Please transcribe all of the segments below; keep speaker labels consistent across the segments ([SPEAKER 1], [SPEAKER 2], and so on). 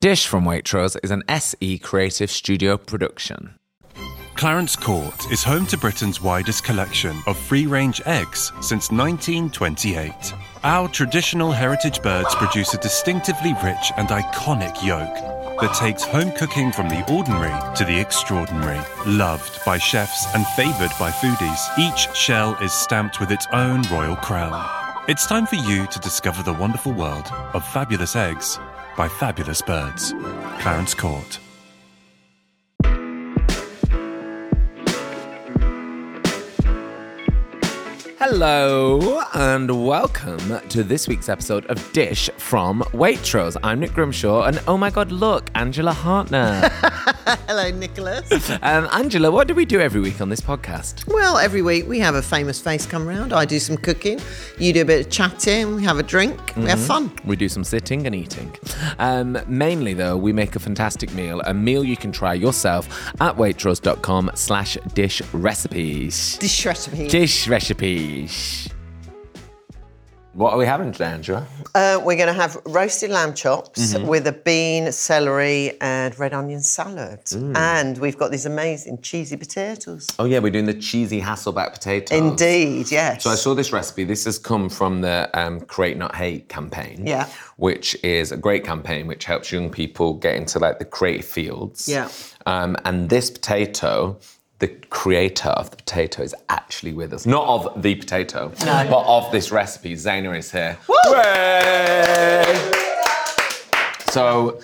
[SPEAKER 1] Dish from Waitrose is an SE Creative Studio production.
[SPEAKER 2] Clarence Court is home to Britain's widest collection of free range eggs since 1928. Our traditional heritage birds produce a distinctively rich and iconic yolk that takes home cooking from the ordinary to the extraordinary. Loved by chefs and favoured by foodies, each shell is stamped with its own royal crown. It's time for you to discover the wonderful world of fabulous eggs by fabulous birds. Clarence Court.
[SPEAKER 1] Hello and welcome to this week's episode of Dish from Waitrose. I'm Nick Grimshaw and oh my god, look, Angela Hartner.
[SPEAKER 3] Hello, Nicholas.
[SPEAKER 1] um, Angela, what do we do every week on this podcast?
[SPEAKER 3] well, every week we have a famous face come round. I do some cooking, you do a bit of chatting, we have a drink, we
[SPEAKER 1] Mm-hmm.
[SPEAKER 3] have fun.
[SPEAKER 1] We do some sitting and eating. Um, mainly, though, we make a fantastic meal, a meal you can try yourself at waitrose.com slash dish recipes.
[SPEAKER 3] Dish recipe.
[SPEAKER 1] Dish recipes. What are we having today, Angela?
[SPEAKER 3] Uh, we're going to have roasted lamb chops
[SPEAKER 1] Mm-hmm.
[SPEAKER 3] with a bean, celery, and red onion salad. And we've got these amazing cheesy potatoes.
[SPEAKER 1] Oh, yeah, we're doing the cheesy Hasselback potato.
[SPEAKER 3] Indeed, yes.
[SPEAKER 1] Oh. So I saw this recipe. This has come from the um, Create Not Hate campaign.
[SPEAKER 3] Yeah.
[SPEAKER 1] Which is a great campaign which helps young people get into like the creative fields.
[SPEAKER 3] Yeah.
[SPEAKER 1] Um, and this potato, the creator of the potato is actually with us. Not of the potato, but of this recipe. Zaina is here. Hooray! So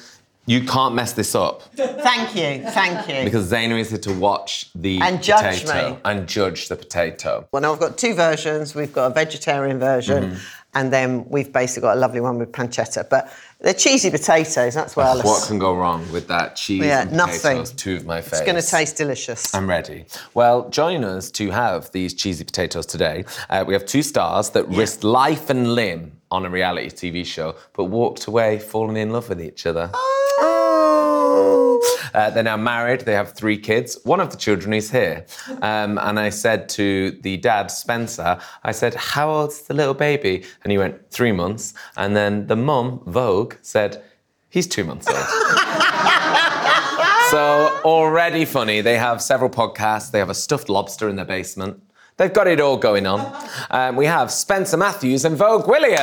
[SPEAKER 1] you can't mess this up
[SPEAKER 3] Thank you, thank you.
[SPEAKER 1] because Zaina is here to watch the
[SPEAKER 3] And judge
[SPEAKER 1] potato
[SPEAKER 3] me.
[SPEAKER 1] and judge the potato.
[SPEAKER 3] well, now I've got two versions. We've got a vegetarian version,
[SPEAKER 1] Mm-hmm.
[SPEAKER 3] and then we've basically got a lovely one with pancetta. But they're cheesy potatoes, that's where I love
[SPEAKER 1] What can go wrong with that cheese
[SPEAKER 3] Yeah,
[SPEAKER 1] and
[SPEAKER 3] nothing.
[SPEAKER 1] potatoes? Two of my favorites.
[SPEAKER 3] It's going to taste delicious.
[SPEAKER 1] I'm ready. Well, join us to have these cheesy potatoes today. Uh, we have two stars that risked life and limb on a reality TV show, but walked away falling in love with each other.
[SPEAKER 3] Oh.
[SPEAKER 1] Uh, they're now married. They have three kids. One of the children is here. Um, and I said to the dad, Spencer, I said, How old's the little baby? And he went, Three months. And then the mum, Vogue, said, He's two months old. So already funny. They have several podcasts. They have a stuffed lobster in their basement. They've got it all going on. Um, we have Spencer Matthews and Vogue Williams.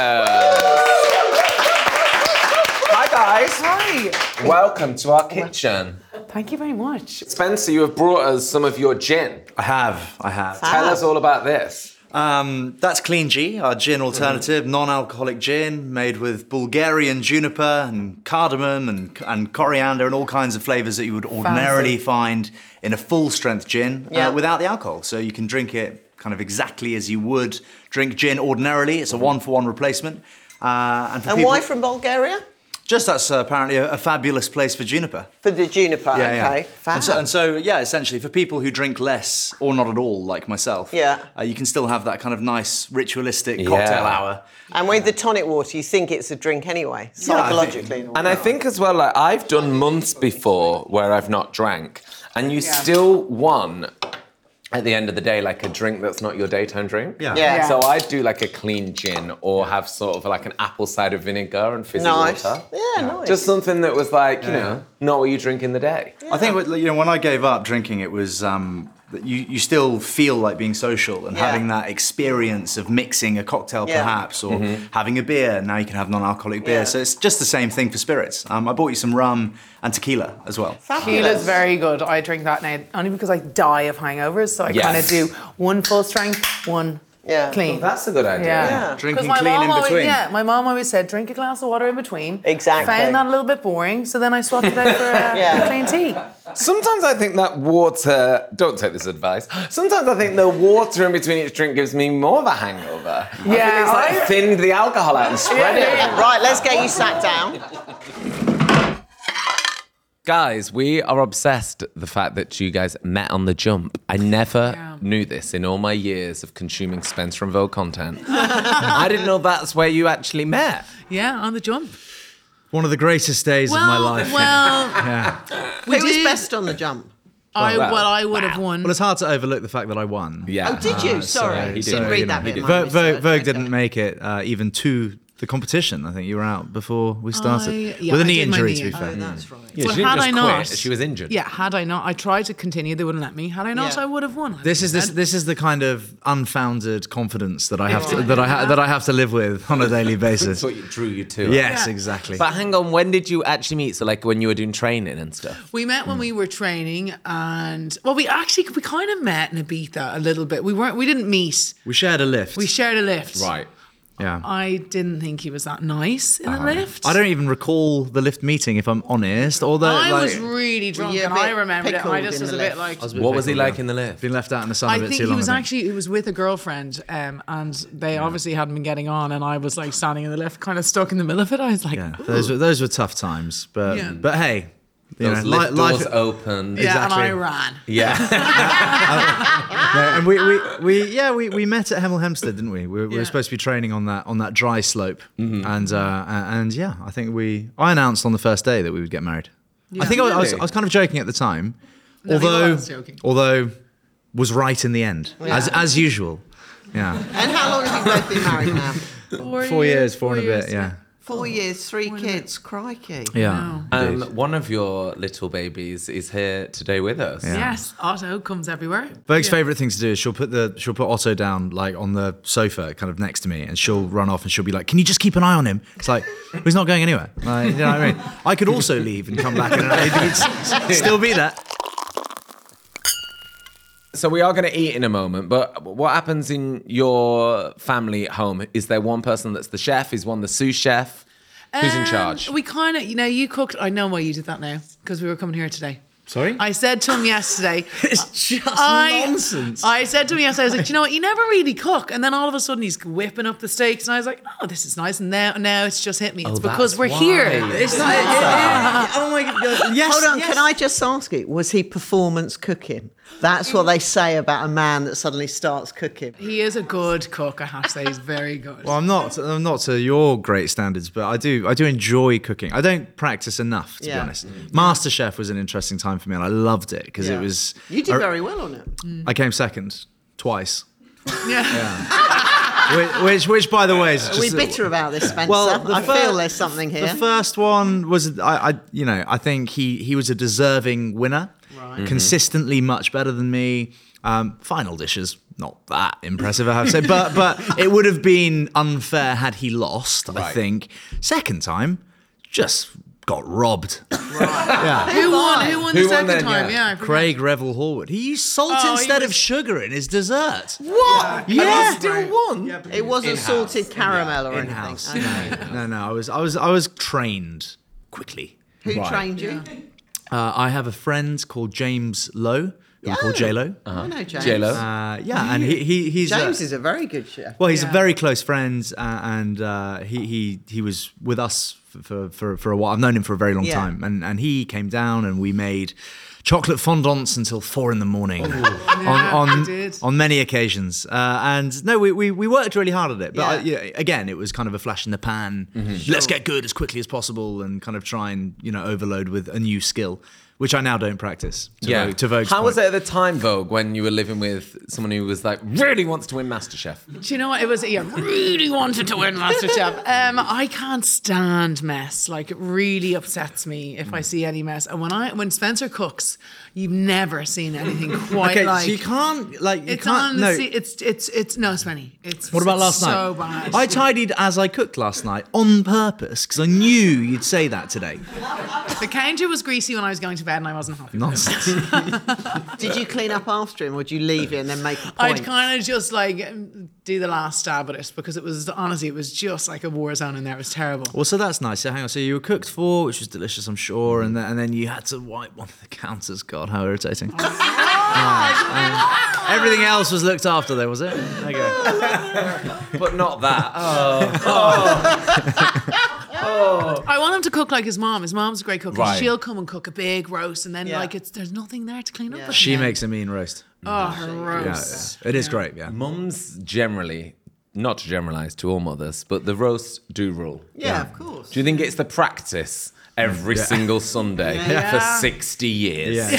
[SPEAKER 1] Hi guys. Hi. Welcome to our kitchen.
[SPEAKER 4] Thank you very much.
[SPEAKER 1] Spencer, you have brought us some of your gin.
[SPEAKER 5] I have, I have.
[SPEAKER 1] Tell us all about this.
[SPEAKER 5] Um, that's Clean G, our gin alternative,
[SPEAKER 3] Mm-hmm.
[SPEAKER 5] non-alcoholic gin made with Bulgarian juniper and cardamom and, and coriander and all kinds of flavors that you would ordinarily find in a full-strength gin uh,
[SPEAKER 3] Yeah.
[SPEAKER 5] without the alcohol. So you can drink it kind of exactly as you would drink gin ordinarily. It's a one-for-one replacement. Uh, and for
[SPEAKER 3] Mm-hmm. And
[SPEAKER 5] people,
[SPEAKER 3] why from Bulgaria?
[SPEAKER 5] just that's uh, apparently a, a fabulous place for juniper.
[SPEAKER 3] For the juniper, okay.
[SPEAKER 5] And so, and so, yeah, essentially, for people who drink less or not at all, like myself,
[SPEAKER 3] Yeah.
[SPEAKER 5] uh, you can still have that kind of nice ritualistic cocktail
[SPEAKER 1] Yeah.
[SPEAKER 5] hour.
[SPEAKER 3] and with the tonic water, you think it's a drink anyway, psychologically. and all
[SPEAKER 1] And I
[SPEAKER 3] that.
[SPEAKER 1] think as well, like I've done months before where I've not drank, and you still won at the end of the day like a drink that's not your daytime drink.
[SPEAKER 5] Yeah.
[SPEAKER 3] Yeah.
[SPEAKER 1] So I'd do like a clean gin or have sort of like an apple cider vinegar and fizzy
[SPEAKER 3] nice.
[SPEAKER 1] water.
[SPEAKER 3] Yeah, nice.
[SPEAKER 1] Just something that was like, you
[SPEAKER 5] Yeah.
[SPEAKER 1] know, not what you drink in the day.
[SPEAKER 5] I think what- you know when I gave up drinking, it was um, that you you still feel like being social and
[SPEAKER 3] Yeah.
[SPEAKER 5] having that experience of mixing a cocktail
[SPEAKER 3] Yeah.
[SPEAKER 5] perhaps or having a beer. Now you can have non-alcoholic beer,
[SPEAKER 3] Yeah.
[SPEAKER 5] so it's just the same thing for spirits. Um, I bought you some rum and tequila as well.
[SPEAKER 4] Tequila's very good. I drink that now only because I die of hangovers, so I
[SPEAKER 1] Yes.
[SPEAKER 4] kind of do one full strength, one
[SPEAKER 3] Yeah.
[SPEAKER 4] clean.
[SPEAKER 1] That's a good idea.
[SPEAKER 4] yeah.
[SPEAKER 5] Drinking
[SPEAKER 4] 'Cause my
[SPEAKER 5] clean
[SPEAKER 4] mom
[SPEAKER 5] in
[SPEAKER 4] always-
[SPEAKER 5] between.
[SPEAKER 4] yeah, my mom always said drink a glass of water in between.
[SPEAKER 3] Exactly.
[SPEAKER 4] Found that a little bit boring, so then I swapped it out for uh,
[SPEAKER 3] Yeah.
[SPEAKER 4] plain tea.
[SPEAKER 1] Sometimes I think that water, don't take this advice, sometimes I think the water in between each drink gives me more of a hangover. I think
[SPEAKER 4] Yeah,
[SPEAKER 1] it's like
[SPEAKER 4] I-
[SPEAKER 1] thinned the alcohol out and spread it.
[SPEAKER 3] Right, let's get you sat down.
[SPEAKER 1] Guys, we are obsessed the fact that you guys met on the jump. I never
[SPEAKER 4] Yeah.
[SPEAKER 1] knew this in all my years of consuming Spencer and Vogue content. I didn't know that's where you actually met.
[SPEAKER 4] Yeah, on the jump.
[SPEAKER 5] One of the greatest days of my life.
[SPEAKER 4] well, we
[SPEAKER 3] Who was best on the jump?
[SPEAKER 4] I,
[SPEAKER 1] well, well,
[SPEAKER 4] I would have won.
[SPEAKER 6] Well, it's hard to overlook the fact that I won.
[SPEAKER 1] Yeah. Ah,
[SPEAKER 3] Oh, did you? Sorry,
[SPEAKER 1] he
[SPEAKER 3] didn't
[SPEAKER 1] did.
[SPEAKER 3] read
[SPEAKER 1] You know,
[SPEAKER 3] that
[SPEAKER 1] he
[SPEAKER 3] bit. in
[SPEAKER 1] did.
[SPEAKER 3] my
[SPEAKER 6] Vogue,
[SPEAKER 3] research.
[SPEAKER 6] Vogue
[SPEAKER 3] Okay.
[SPEAKER 6] didn't make it uh, even two the competition. I think you were out before we started
[SPEAKER 4] I- Oh, yeah,
[SPEAKER 6] with a
[SPEAKER 4] I
[SPEAKER 6] knee
[SPEAKER 4] did my
[SPEAKER 6] injury.
[SPEAKER 4] knee.
[SPEAKER 6] To be
[SPEAKER 4] Oh,
[SPEAKER 6] fair,
[SPEAKER 7] That's right.
[SPEAKER 1] Yeah,
[SPEAKER 4] But
[SPEAKER 1] she didn't
[SPEAKER 4] had
[SPEAKER 1] just
[SPEAKER 4] I not-
[SPEAKER 1] quit. She was injured.
[SPEAKER 4] Yeah, had I not, I tried to continue. They wouldn't let me. Had I not,
[SPEAKER 3] Yeah.
[SPEAKER 4] I would have won. I
[SPEAKER 6] this is this
[SPEAKER 4] said.
[SPEAKER 6] this is the kind of unfounded confidence that I have to, that I ha- that I have to live with on a daily basis.
[SPEAKER 1] That's what you drew you to.
[SPEAKER 6] Yes,
[SPEAKER 4] Yeah.
[SPEAKER 6] exactly.
[SPEAKER 1] But hang on, when did you actually meet? So, like when you were doing training and stuff?
[SPEAKER 4] We met when we were training, and well, we actually we kind of met in Ibiza a little bit. We weren't, we didn't meet.
[SPEAKER 6] we shared a lift.
[SPEAKER 4] We shared a lift.
[SPEAKER 6] yeah.
[SPEAKER 4] I didn't think he was that nice in the lift.
[SPEAKER 6] Uh-huh. I don't even recall the lift meeting, if I'm honest. Although
[SPEAKER 4] I
[SPEAKER 6] like,
[SPEAKER 4] was really drunk,
[SPEAKER 3] you a
[SPEAKER 4] and I
[SPEAKER 3] bit
[SPEAKER 4] remembered it. And I
[SPEAKER 3] pickled
[SPEAKER 4] just
[SPEAKER 3] in
[SPEAKER 4] was a
[SPEAKER 3] the
[SPEAKER 4] bit
[SPEAKER 3] lift?
[SPEAKER 4] like.
[SPEAKER 1] What was he like in the lift?
[SPEAKER 6] been left out in the sun
[SPEAKER 4] I
[SPEAKER 6] a bit
[SPEAKER 4] think
[SPEAKER 6] too long.
[SPEAKER 4] he was
[SPEAKER 6] I think.
[SPEAKER 4] actually he was with a girlfriend, um, and they obviously hadn't been getting on, and I was like standing in the lift, kind of stuck in the middle of it. I was like,
[SPEAKER 6] Yeah, those were those were tough times, but
[SPEAKER 4] Yeah.
[SPEAKER 6] but hey, you
[SPEAKER 1] Those
[SPEAKER 6] know,
[SPEAKER 1] lift
[SPEAKER 6] li- life,
[SPEAKER 1] doors opened.
[SPEAKER 4] yeah,
[SPEAKER 6] exactly.
[SPEAKER 4] and I ran.
[SPEAKER 1] Yeah.
[SPEAKER 6] Yeah, and we, we, we yeah we, we met at Hemel Hempstead, didn't we? We, we
[SPEAKER 4] Yeah.
[SPEAKER 6] were supposed to be training on that on that dry slope, and uh, a- and yeah, I think we I announced on the first day that we would get married. I think I, I, was, I was kind of joking at the time,
[SPEAKER 4] you
[SPEAKER 6] although
[SPEAKER 4] was joking.
[SPEAKER 6] although was right in the end as as usual. Yeah,
[SPEAKER 3] And how long have you both been married now?
[SPEAKER 4] Four,
[SPEAKER 6] four years, four, and a bit. Yeah,
[SPEAKER 3] Four years, three kids. Crikey.
[SPEAKER 6] yeah.
[SPEAKER 1] um,
[SPEAKER 6] indeed.
[SPEAKER 1] one of your little babies is here today with us.
[SPEAKER 4] Yes, Otto comes everywhere.
[SPEAKER 6] Berg's favorite thing to do is she'll put the she'll put Otto down like on the sofa, kind of next to me, and she'll run off and she'll be like, "Can you just keep an eye on him?" It's like "Well, he's not going anywhere. Like, you know what I mean? I could also leave and come back and it'd still be there.
[SPEAKER 1] So we are going to eat in a moment, but what happens in your family at home? Is there one person that's the chef? Is one the sous chef? Who's in
[SPEAKER 4] Um,
[SPEAKER 1] charge?
[SPEAKER 4] We kind of, you know, you cooked. I know why you did that now because we were coming here today.
[SPEAKER 6] Sorry,
[SPEAKER 4] I said to him yesterday.
[SPEAKER 6] it's just nonsense.
[SPEAKER 4] I said to him yesterday, I was like, "Do you know what? You never really cook. And then all of a sudden he's whipping up the steaks. And I was like, oh, this is nice. And now, now it's just hit me. It's because
[SPEAKER 1] Oh, that's
[SPEAKER 4] we're
[SPEAKER 1] why.
[SPEAKER 4] here.
[SPEAKER 6] it's not. it- it- it- oh my god! Yes.
[SPEAKER 3] Hold on,
[SPEAKER 6] yes.
[SPEAKER 3] can I just ask you, was he performance cooking? That's what they say about a man that suddenly starts cooking.
[SPEAKER 4] He is a good cook, I have to say. He's very good.
[SPEAKER 6] Well, I'm not. I'm not to your great standards, but I do. I do enjoy cooking. I don't practice enough, to be
[SPEAKER 3] Yeah. Mm-hmm.
[SPEAKER 6] honest. Master Chef was an interesting time for me, and I loved it because
[SPEAKER 3] Yeah.
[SPEAKER 6] it was.
[SPEAKER 3] You did
[SPEAKER 6] I-
[SPEAKER 3] very well on it.
[SPEAKER 6] I came second twice.
[SPEAKER 4] yeah.
[SPEAKER 6] which, which, which, by the way, is just
[SPEAKER 3] We're bitter about this, Spencer.
[SPEAKER 6] Well, the
[SPEAKER 3] I
[SPEAKER 6] fir-
[SPEAKER 3] feel there's something here.
[SPEAKER 6] The first one was I, I, you know, I think he he was a deserving winner, consistently much better than me. Um, final dishes, not that impressive, I have to say, but but it would have been unfair had he lost. I
[SPEAKER 1] Right.
[SPEAKER 6] think second time, just got robbed.
[SPEAKER 4] Who won? Who won the
[SPEAKER 1] Who won
[SPEAKER 4] second
[SPEAKER 1] then?
[SPEAKER 4] time?
[SPEAKER 1] Yeah.
[SPEAKER 4] Yeah. I forgot.
[SPEAKER 6] Craig Revel Horwood, he used salt
[SPEAKER 4] Oh, he
[SPEAKER 6] instead of
[SPEAKER 4] was-
[SPEAKER 6] sugar in his dessert.
[SPEAKER 1] what?
[SPEAKER 6] Yeah.
[SPEAKER 1] And
[SPEAKER 6] Yeah.
[SPEAKER 1] you still won.
[SPEAKER 3] it wasn't salted caramel or
[SPEAKER 6] In-house.
[SPEAKER 3] anything. Okay.
[SPEAKER 6] No, no, I was I was I was trained quickly.
[SPEAKER 3] Who trained you?
[SPEAKER 6] Uh, I have a friend called James Lowe, who
[SPEAKER 4] Oh.
[SPEAKER 6] we call J
[SPEAKER 4] Uh-huh.
[SPEAKER 6] Lo.
[SPEAKER 3] I know James.
[SPEAKER 1] J-Lo.
[SPEAKER 6] Uh, yeah, and he, he he's a-
[SPEAKER 3] James is a very good chef.
[SPEAKER 6] well, he's a
[SPEAKER 4] Yeah.
[SPEAKER 6] very close friend, uh, and uh, he he he was with us f- for, for for a while. I've known him for a very long
[SPEAKER 3] Yeah.
[SPEAKER 6] time, and and he came down and we made chocolate fondants until four in the morning
[SPEAKER 4] Yeah,
[SPEAKER 6] on
[SPEAKER 4] we
[SPEAKER 6] on,
[SPEAKER 4] did.
[SPEAKER 6] on many occasions. Uh, and no, we, we we worked really hard at it, but I,
[SPEAKER 3] Yeah.
[SPEAKER 6] yeah, again, it was kind of a flash in the pan. Let's get good as quickly as possible, and kind of try and you know overload with a new skill, which I now don't practice. To
[SPEAKER 1] Yeah.
[SPEAKER 6] Vogue, to Vogue's
[SPEAKER 1] How was
[SPEAKER 6] point.
[SPEAKER 1] it at the time, Vogue, when you were living with someone who was like really wants to win MasterChef?
[SPEAKER 4] Do you know what? It was, yeah, really wanted to win MasterChef. Um, I can't stand mess. Like, it really upsets me if I see any mess. And when I when Spencer cooks, you've never seen anything quite
[SPEAKER 6] Okay,
[SPEAKER 4] like.
[SPEAKER 6] so you can't like you
[SPEAKER 4] it's
[SPEAKER 6] can't
[SPEAKER 4] on
[SPEAKER 6] no.
[SPEAKER 4] the sea. It's, it's, it's, no, it's many. It's,
[SPEAKER 6] What about
[SPEAKER 4] it's
[SPEAKER 6] last night?
[SPEAKER 4] so bad.
[SPEAKER 6] I tidied as I cooked last night on purpose because I knew you'd say that today.
[SPEAKER 4] the counter was greasy when I was going to bed and I wasn't happy.
[SPEAKER 6] Nonsense.
[SPEAKER 3] Did you clean up after him or did you leave it and then make a point?
[SPEAKER 4] I'd kind of just like do the last stab at it because it was honestly, it was just like a war zone in there. It was terrible.
[SPEAKER 6] well, so that's nice. So hang on. So you were cooked for, which was delicious, I'm sure, and then, and then you had to wipe one of the counters. God, how irritating. Ah, and everything else was looked after, though, was it? Okay.
[SPEAKER 1] But not that.
[SPEAKER 6] Oh.
[SPEAKER 4] I want him to cook like his mom. His mom's a great cook. and
[SPEAKER 1] Right.
[SPEAKER 4] She'll come and cook a big roast, and then
[SPEAKER 3] Yeah.
[SPEAKER 4] like it's there's nothing there to clean up.
[SPEAKER 3] Yeah.
[SPEAKER 4] with
[SPEAKER 6] She
[SPEAKER 4] again.
[SPEAKER 6] makes a mean roast.
[SPEAKER 4] oh her
[SPEAKER 6] Yeah,
[SPEAKER 4] roast.
[SPEAKER 6] it is great. Yeah.
[SPEAKER 1] Mums generally, not to generalize to all mothers, but the roast do rule.
[SPEAKER 3] yeah, of course.
[SPEAKER 1] Do you think it's the practice every single Sunday for 60 years.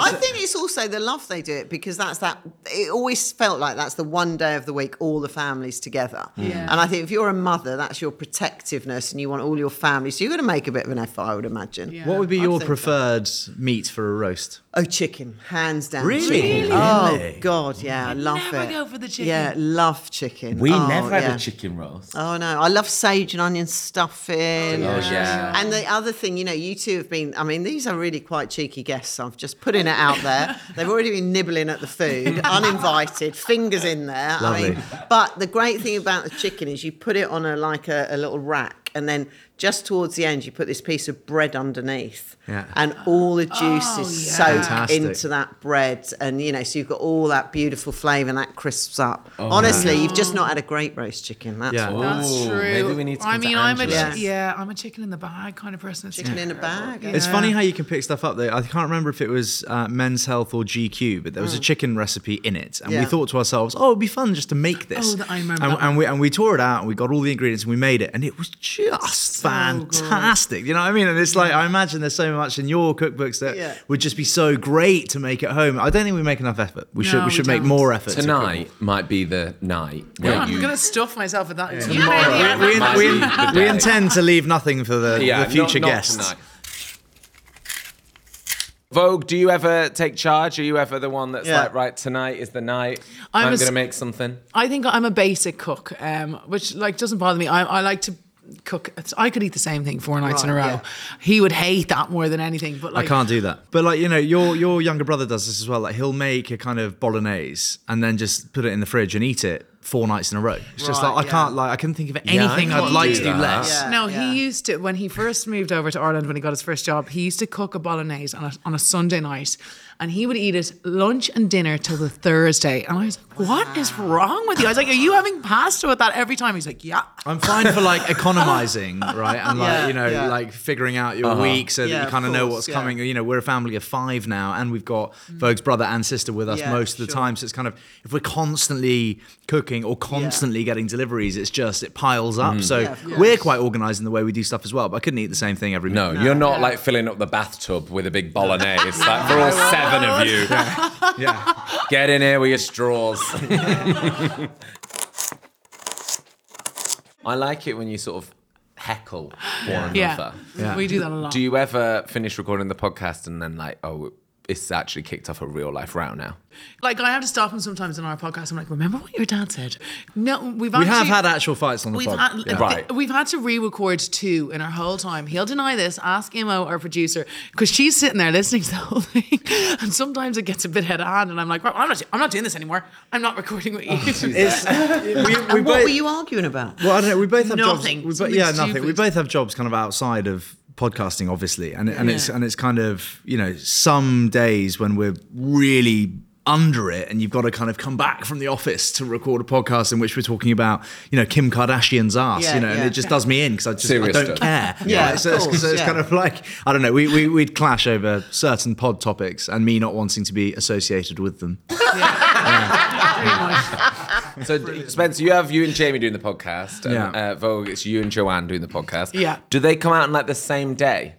[SPEAKER 3] I think it's also the love they do it because that's that. It always felt like that's the one day of the week all the families together.
[SPEAKER 4] Hmm. Yeah.
[SPEAKER 3] And I think if you're a mother, that's your protectiveness, and you want all your family. So you're going to make a bit of an effort, I would imagine.
[SPEAKER 4] Yeah.
[SPEAKER 6] What would be
[SPEAKER 3] I'd
[SPEAKER 6] your
[SPEAKER 3] think so.
[SPEAKER 6] preferred meat for a roast?
[SPEAKER 3] Oh, chicken, hands down.
[SPEAKER 5] Really?
[SPEAKER 3] Chicken.
[SPEAKER 5] Really?
[SPEAKER 3] Oh God, yeah, I love
[SPEAKER 4] never
[SPEAKER 3] it.
[SPEAKER 4] go for the chicken.
[SPEAKER 3] Yeah, love chicken.
[SPEAKER 1] We
[SPEAKER 3] Oh,
[SPEAKER 1] never had
[SPEAKER 3] yeah.
[SPEAKER 1] a chicken roast.
[SPEAKER 3] Oh no, I love sage and onion stuffing.
[SPEAKER 1] Oh, yeah.
[SPEAKER 3] And the other thing, you know, you two have been, I mean, these are really quite cheeky guests. I've just putting it out there. They've already been nibbling at the food, uninvited, fingers in there. I mean, but the great thing about the chicken is you put it on a like a, a little rack and then just towards the end you put this piece of bread underneath.
[SPEAKER 6] Yeah.
[SPEAKER 3] And all the juice is
[SPEAKER 4] yeah.
[SPEAKER 3] soaked
[SPEAKER 6] Fantastic.
[SPEAKER 3] into that bread and you know, so you've got all that beautiful flavour and that crisps up. Honestly, you've just not had a great roast chicken. That's
[SPEAKER 6] Oh, Yeah.
[SPEAKER 3] all.
[SPEAKER 4] That's
[SPEAKER 1] Ooh,
[SPEAKER 4] true.
[SPEAKER 1] maybe we need to
[SPEAKER 4] I
[SPEAKER 1] come to
[SPEAKER 4] mean, I'm a
[SPEAKER 1] Angela's.
[SPEAKER 4] chi- yeah, I'm a chicken in the bag kind of person. It's
[SPEAKER 3] Chicken in a bag.
[SPEAKER 6] It's funny how you can pick stuff up though. I can't remember if it was uh, Men's Health or GQ, but there
[SPEAKER 4] Mm.
[SPEAKER 6] was a chicken recipe in it, and we
[SPEAKER 3] Yeah.
[SPEAKER 6] thought to ourselves, "Oh, it'd be fun just to make this."
[SPEAKER 4] Oh, that- I remember
[SPEAKER 6] And,
[SPEAKER 4] that
[SPEAKER 6] and we and we tore it out, and we got all the ingredients, and we made it, and it was just fantastic. You know what I mean? And it's like I imagine there's so much in your cookbooks that
[SPEAKER 3] Yeah.
[SPEAKER 6] would just be so great to make at home. I don't think we make enough effort. We should
[SPEAKER 4] No,
[SPEAKER 6] we
[SPEAKER 4] we
[SPEAKER 6] should make
[SPEAKER 4] don't.
[SPEAKER 6] more effort to cook.
[SPEAKER 1] Tonight might be the night where
[SPEAKER 4] I'm
[SPEAKER 1] you.
[SPEAKER 4] gonna stuff myself with that.
[SPEAKER 1] Tomorrow.
[SPEAKER 6] We,
[SPEAKER 1] Might
[SPEAKER 6] we,
[SPEAKER 1] be the
[SPEAKER 6] we
[SPEAKER 1] day.
[SPEAKER 6] intend to leave nothing for the, the future
[SPEAKER 1] not- not
[SPEAKER 6] guests.
[SPEAKER 1] tonight. Vogue, do you ever take charge? Are you ever the one that's
[SPEAKER 3] Yeah.
[SPEAKER 1] like, right, tonight is the night.
[SPEAKER 4] I'm
[SPEAKER 1] I'm,
[SPEAKER 4] a s-
[SPEAKER 1] going to make something.
[SPEAKER 4] I think I'm a basic cook, um, which like doesn't bother me. I, I like to cook. it's- I could eat the same thing four nights in a row.
[SPEAKER 3] Right,
[SPEAKER 4] He would hate that more than anything. But like,
[SPEAKER 6] I can't do that. But like you know, your your younger brother does this as well. Like he'll make a kind of bolognese and then just put it in the fridge and eat it four nights in a row. It's just
[SPEAKER 3] Right,
[SPEAKER 6] like I
[SPEAKER 3] yeah.
[SPEAKER 6] can't like I can think of
[SPEAKER 1] I
[SPEAKER 6] anything I'd
[SPEAKER 1] can't
[SPEAKER 6] like
[SPEAKER 1] do
[SPEAKER 6] to do
[SPEAKER 1] that.
[SPEAKER 6] less.
[SPEAKER 3] Yeah.
[SPEAKER 4] No, he used to when he first moved over to Ireland when he got his first job. He used to cook a bolognese on a, on a Sunday night, and he would eat it lunch and dinner till the Thursday. And I was like, "What is wrong with you?" I was like, "Are you having pasta with that every time?" He's like, "Yeah."
[SPEAKER 6] I'm fine for like economizing, right? And like
[SPEAKER 3] Yeah,
[SPEAKER 6] you know,
[SPEAKER 3] yeah.
[SPEAKER 6] like figuring out your week so
[SPEAKER 3] Yeah,
[SPEAKER 6] that you
[SPEAKER 3] of
[SPEAKER 6] kind of know
[SPEAKER 3] course,
[SPEAKER 6] what's
[SPEAKER 3] yeah. Mm.
[SPEAKER 6] coming. You know, we're a family of five now, and we've got Vogue's brother and sister with us
[SPEAKER 3] Yeah,
[SPEAKER 6] most of the
[SPEAKER 3] sure.
[SPEAKER 6] time. So it's kind of if we're constantly cooking or constantly getting deliveries, it's just it piles up. So
[SPEAKER 3] course.
[SPEAKER 6] we're quite organized in the way we do stuff as well. But I couldn't eat the same thing every
[SPEAKER 1] No,
[SPEAKER 6] meal.
[SPEAKER 1] you're not like filling up the bathtub with a big bolognese. like for all seven of you,
[SPEAKER 6] Yeah.
[SPEAKER 1] get in here with your straws. I like it when you sort of heckle one
[SPEAKER 4] Yeah.
[SPEAKER 1] another.
[SPEAKER 4] we do that a lot.
[SPEAKER 1] Do you ever finish recording the podcast and then like, oh, it's actually kicked off a real life route now?
[SPEAKER 4] like I have to stop him sometimes in our podcast. I'm like, remember what your dad said? No, we've
[SPEAKER 6] We
[SPEAKER 4] actually,
[SPEAKER 6] have had actual fights on the
[SPEAKER 4] We've
[SPEAKER 6] pod.
[SPEAKER 4] had,
[SPEAKER 6] yeah.
[SPEAKER 1] Right.
[SPEAKER 4] we've had to re-record two in our whole time. He'll deny this. Ask Imo, our producer, because she's sitting there listening to the whole thing, and sometimes it gets a bit out of hand. And I'm like, "Right, I'm not, I'm not doing this anymore. I'm not recording with
[SPEAKER 6] Oh,
[SPEAKER 4] you.
[SPEAKER 6] we, we
[SPEAKER 3] What
[SPEAKER 6] both-
[SPEAKER 3] were you arguing about?
[SPEAKER 6] Well, I don't know. We both have
[SPEAKER 4] Nothing.
[SPEAKER 6] jobs. We both,
[SPEAKER 4] Something
[SPEAKER 6] yeah, nothing. We
[SPEAKER 4] stupid.
[SPEAKER 6] both have jobs kind of outside of podcasting, obviously, and and it's
[SPEAKER 4] Yeah.
[SPEAKER 6] and it's kind of you know some days when we're really under it and you've got to kind of come back from the office to record a podcast in which we're talking about you know Kim Kardashian's ass
[SPEAKER 3] Yeah,
[SPEAKER 6] you know and
[SPEAKER 3] yeah.
[SPEAKER 6] it just does me in because I just I
[SPEAKER 1] Serious
[SPEAKER 6] don't
[SPEAKER 1] stuff.
[SPEAKER 6] care
[SPEAKER 3] Yeah,
[SPEAKER 6] Like,
[SPEAKER 3] of
[SPEAKER 6] so, it's-
[SPEAKER 3] course,
[SPEAKER 6] so it's
[SPEAKER 3] yeah.
[SPEAKER 6] kind of like I don't know we, we we'd clash over certain pod topics and me not wanting to be associated with them
[SPEAKER 1] So, Spencer, you have you and Jamie doing the podcast, and
[SPEAKER 6] Yeah.
[SPEAKER 1] uh, Vogue, it's you and Joanne doing the podcast.
[SPEAKER 4] Yeah.
[SPEAKER 1] Do they come out on like the same day?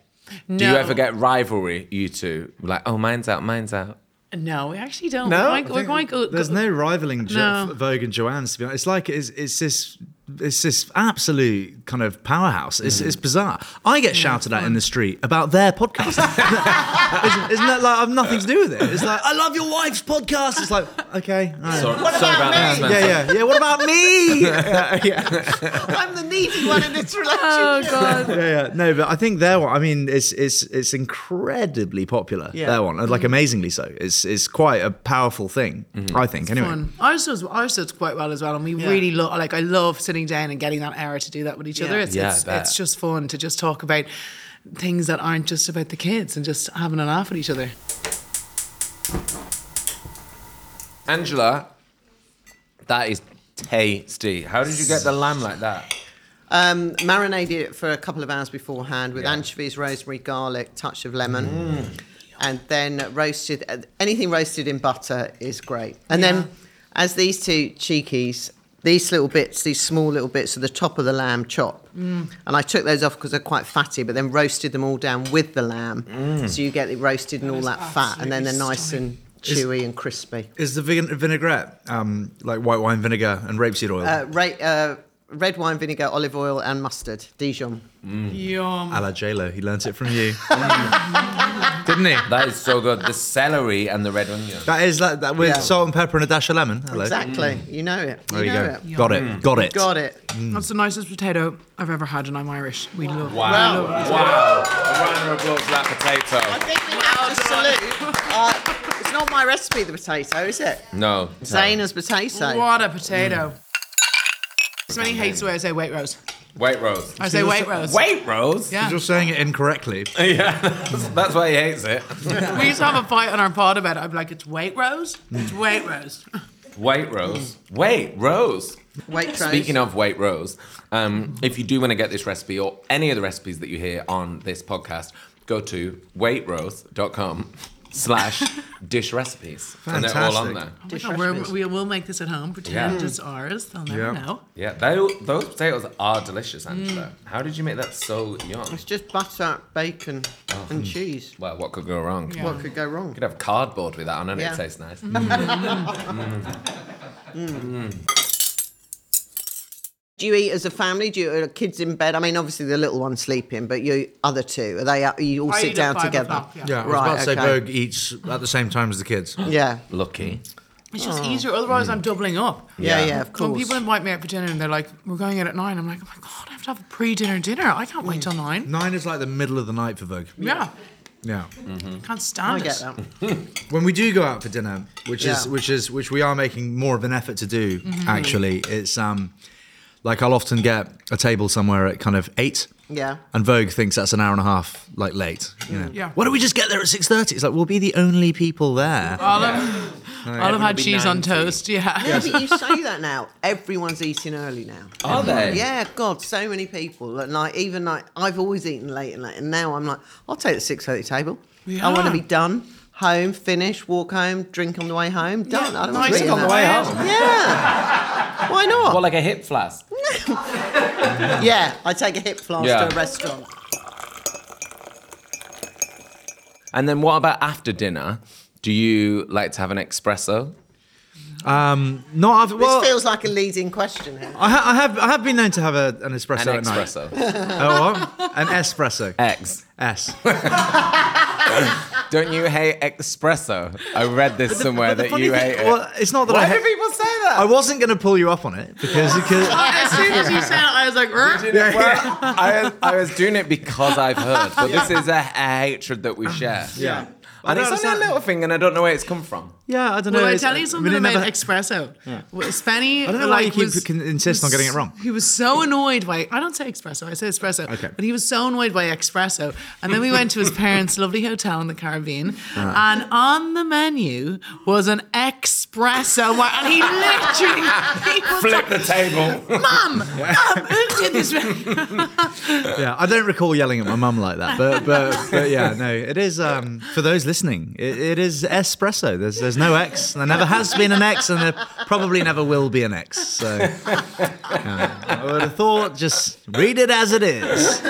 [SPEAKER 1] Do you
[SPEAKER 4] No.
[SPEAKER 1] ever get rivalry, you two? Like, oh, mine's out, mine's out.
[SPEAKER 4] no, we actually don't.
[SPEAKER 1] No?
[SPEAKER 4] we're going. We're going go,
[SPEAKER 6] There's no rivaling jo-
[SPEAKER 4] No.
[SPEAKER 6] F- Vogue and Joanne's. To be honest, it's like it's it's this it's this absolute kind of powerhouse. It's,
[SPEAKER 4] Mm-hmm.
[SPEAKER 6] it's bizarre. I get shouted at in the street about their podcast. isn't, isn't that like I've nothing to do with it? It's like I love your wife's podcast. It's like okay, all right.
[SPEAKER 1] Sorry, sorry about, that,
[SPEAKER 6] Yeah,
[SPEAKER 1] Spencer.
[SPEAKER 6] yeah, yeah. What about me? yeah,
[SPEAKER 3] I'm the needy one in this relationship.
[SPEAKER 4] Oh god.
[SPEAKER 6] yeah. No, but I think their one. I mean, it's it's it's incredibly popular. Their one, and,
[SPEAKER 4] Mm-hmm.
[SPEAKER 6] like amazingly so. It's it's quite a powerful thing. I think. anyway.
[SPEAKER 4] fun. Ours does, ours does quite well as well, and we really love. Like I love sitting down and getting that hour to do that with each other. It's
[SPEAKER 1] Yeah, I
[SPEAKER 4] it's,
[SPEAKER 1] bet.
[SPEAKER 4] it's just fun to just talk about things that aren't just about the kids and just having a laugh at each other.
[SPEAKER 1] Angela, that is tasty. How did you get the lamb like that?
[SPEAKER 3] Um, marinated it for a couple of hours beforehand with anchovies, rosemary, garlic, touch of lemon. And then roasted, uh, anything roasted in butter is great. And
[SPEAKER 4] Yeah.
[SPEAKER 3] then, as these two cheekies these little bits, these small little bits, are the top of the lamb chop. And I took those off because they're quite fatty, but then roasted them all down with the lamb, so you get it roasted and all
[SPEAKER 4] is
[SPEAKER 3] Mm. that fat, and then they're
[SPEAKER 4] absolutely
[SPEAKER 3] nice and chewy and crispy.
[SPEAKER 6] Is the vin- vinaigrette um, like white wine vinegar and rapeseed oil?
[SPEAKER 3] Uh, ra- uh, red wine vinegar, olive oil, and mustard, Dijon.
[SPEAKER 6] Mm.
[SPEAKER 4] Yum.
[SPEAKER 6] a la J-Lo. He learnt it from you.
[SPEAKER 3] Mm.
[SPEAKER 6] Didn't he?
[SPEAKER 1] That is so good. The celery and the red onion.
[SPEAKER 6] That is like that with
[SPEAKER 3] Yeah.
[SPEAKER 6] salt and pepper and a dash of lemon. Hello.
[SPEAKER 3] Exactly, you know it. You
[SPEAKER 6] There you
[SPEAKER 3] know
[SPEAKER 6] go.
[SPEAKER 3] it.
[SPEAKER 6] Got it. Got it.
[SPEAKER 3] Got it.
[SPEAKER 4] That's the nicest potato I've ever had, and I'm Irish. We love. we
[SPEAKER 1] Wow.
[SPEAKER 4] love
[SPEAKER 1] Wow. A round of applause for that
[SPEAKER 3] I
[SPEAKER 1] potato.
[SPEAKER 3] think we have to salute. Uh, it's not my recipe, the potato, is it?
[SPEAKER 1] No.
[SPEAKER 3] Zaina's potato.
[SPEAKER 4] What a potato. So many hates the way I say Waitrose.
[SPEAKER 1] Wait, Rose.
[SPEAKER 4] I say Waitrose.
[SPEAKER 1] Wait, Rose?
[SPEAKER 4] Yeah.
[SPEAKER 6] You're saying it incorrectly.
[SPEAKER 1] Yeah, that's, that's why he hates it.
[SPEAKER 4] We used to have a fight on our pod about it. I'd be like, it's Waitrose. It's Waitrose.
[SPEAKER 1] Wait, Rose. Wait, Rose.
[SPEAKER 3] Waitrose.
[SPEAKER 1] Speaking of Wait Rose, um, if you do want to get this recipe or any of the recipes that you hear on this podcast, go to waitrose.com slash dish recipes. And they're all on there.
[SPEAKER 6] Fantastic.
[SPEAKER 4] Oh my God, we're- we will make this at home. Pretend it's ours. They'll never
[SPEAKER 6] Yeah.
[SPEAKER 4] know.
[SPEAKER 1] Yeah, tho- those potatoes are delicious, Angela. How did you make that so young?
[SPEAKER 3] It's just butter, bacon,
[SPEAKER 6] Oh.
[SPEAKER 3] and cheese.
[SPEAKER 1] Well, what could go wrong?
[SPEAKER 4] Yeah.
[SPEAKER 3] What could go wrong?
[SPEAKER 1] You could have cardboard with that on and
[SPEAKER 3] Yeah.
[SPEAKER 1] it tastes nice.
[SPEAKER 3] Do you eat as a family? Do you are kids in bed? I mean, obviously the little one's sleeping, but you other two are they? You all
[SPEAKER 4] I eat
[SPEAKER 3] sit
[SPEAKER 4] at
[SPEAKER 3] down
[SPEAKER 4] five
[SPEAKER 3] together.
[SPEAKER 4] o'clock, yeah.
[SPEAKER 6] Yeah, I was
[SPEAKER 3] Right,
[SPEAKER 6] about to say
[SPEAKER 3] okay.
[SPEAKER 6] Vogue eats at the same time as the kids.
[SPEAKER 3] Yeah.
[SPEAKER 1] Lucky.
[SPEAKER 4] It's just easier. Otherwise, I'm doubling up.
[SPEAKER 3] yeah, yeah,
[SPEAKER 1] Yeah.
[SPEAKER 3] Of
[SPEAKER 4] When
[SPEAKER 3] course.
[SPEAKER 4] people invite me out for dinner and they're like, we're going out at nine, I'm like, oh my God, I have to have a pre dinner dinner. I can't wait till nine.
[SPEAKER 6] Nine is like the middle of the night for Vogue.
[SPEAKER 4] Yeah.
[SPEAKER 6] Yeah.
[SPEAKER 4] Can't
[SPEAKER 3] I
[SPEAKER 4] stand
[SPEAKER 3] get
[SPEAKER 4] it.
[SPEAKER 3] that.
[SPEAKER 6] When we do go out for dinner, which is
[SPEAKER 3] Yeah. Mm-hmm.
[SPEAKER 6] which is which we are making more of an effort to do, actually, it's um like I'll often get a table somewhere at kind of eight.
[SPEAKER 3] Yeah.
[SPEAKER 6] And Vogue thinks that's an hour and a half, like late. You know.
[SPEAKER 4] Yeah.
[SPEAKER 6] Why don't we just get there at six thirty? It's like we'll be the only people there.
[SPEAKER 4] Uh, I'll have had
[SPEAKER 1] be
[SPEAKER 4] cheese on
[SPEAKER 1] 90.
[SPEAKER 4] toast. Yeah.
[SPEAKER 3] Yeah, but you say that now. Everyone's eating early now.
[SPEAKER 1] Are they?
[SPEAKER 3] Yeah, God, so many people. And like, even like, I've always eaten late and late, and now I'm like, I'll take the six thirty table. I want to
[SPEAKER 4] Yeah.
[SPEAKER 3] be done, home, finish, walk home, drink on the way home, done. I don't want to
[SPEAKER 4] nice
[SPEAKER 3] be
[SPEAKER 1] on
[SPEAKER 3] in
[SPEAKER 1] the
[SPEAKER 3] that.
[SPEAKER 1] way
[SPEAKER 4] Tired.
[SPEAKER 1] home.
[SPEAKER 3] Yeah. Why not?
[SPEAKER 1] Well, like a hip flask.
[SPEAKER 6] uh,
[SPEAKER 3] yeah, I take a hip flask
[SPEAKER 1] Yeah.
[SPEAKER 3] to a restaurant.
[SPEAKER 1] And then what about after dinner? Do you like to have an espresso?
[SPEAKER 6] No, I've, well,
[SPEAKER 3] this feels like a leading question here.
[SPEAKER 6] I, ha- I have I have been known to have a, an espresso
[SPEAKER 1] An
[SPEAKER 6] at night.
[SPEAKER 1] espresso.
[SPEAKER 6] Oh, what? An espresso.
[SPEAKER 1] X.
[SPEAKER 6] S.
[SPEAKER 1] Don't you hate espresso? I read this somewhere
[SPEAKER 6] But the
[SPEAKER 1] that
[SPEAKER 6] funny
[SPEAKER 1] you
[SPEAKER 6] thing-
[SPEAKER 1] hate
[SPEAKER 6] Well,
[SPEAKER 1] it.
[SPEAKER 6] it's not that I.
[SPEAKER 1] Why
[SPEAKER 6] ha-
[SPEAKER 1] do people say that?
[SPEAKER 6] I wasn't going to pull you up on it because because
[SPEAKER 4] As soon as you said it, I was like, "Rrr."
[SPEAKER 6] Yeah,
[SPEAKER 1] Well, I, I was doing it because I've heard, but this is a, a hatred that we share.
[SPEAKER 6] yeah.
[SPEAKER 1] And it's
[SPEAKER 6] I
[SPEAKER 1] only a
[SPEAKER 6] understand.
[SPEAKER 1] little thing, and I don't know where it's come from.
[SPEAKER 6] yeah, I don't know.
[SPEAKER 4] Will I
[SPEAKER 6] it's-
[SPEAKER 4] tell you something
[SPEAKER 6] it
[SPEAKER 4] about
[SPEAKER 6] never-
[SPEAKER 4] espresso? Well, Spenny,
[SPEAKER 6] I don't know why you
[SPEAKER 4] like,
[SPEAKER 6] keep
[SPEAKER 4] was,
[SPEAKER 6] can insist on getting it wrong.
[SPEAKER 4] He was so annoyed by I don't say espresso, I say espresso.
[SPEAKER 6] Okay.
[SPEAKER 4] But he was so annoyed by espresso. And then we went to his parents' lovely hotel in the Caribbean,
[SPEAKER 6] Uh.
[SPEAKER 4] and on the menu was an espresso. wa- And he literally he was like,
[SPEAKER 1] the table.
[SPEAKER 4] "Mum, Mum, who did this?"
[SPEAKER 6] Yeah, I don't recall yelling at my mum like that, but but, but yeah, no, it is. Um, for those listening, it, it is espresso. There's there's no X. There never has been an X, and there probably never will be an X. So yeah, I would have thought just read it as it is.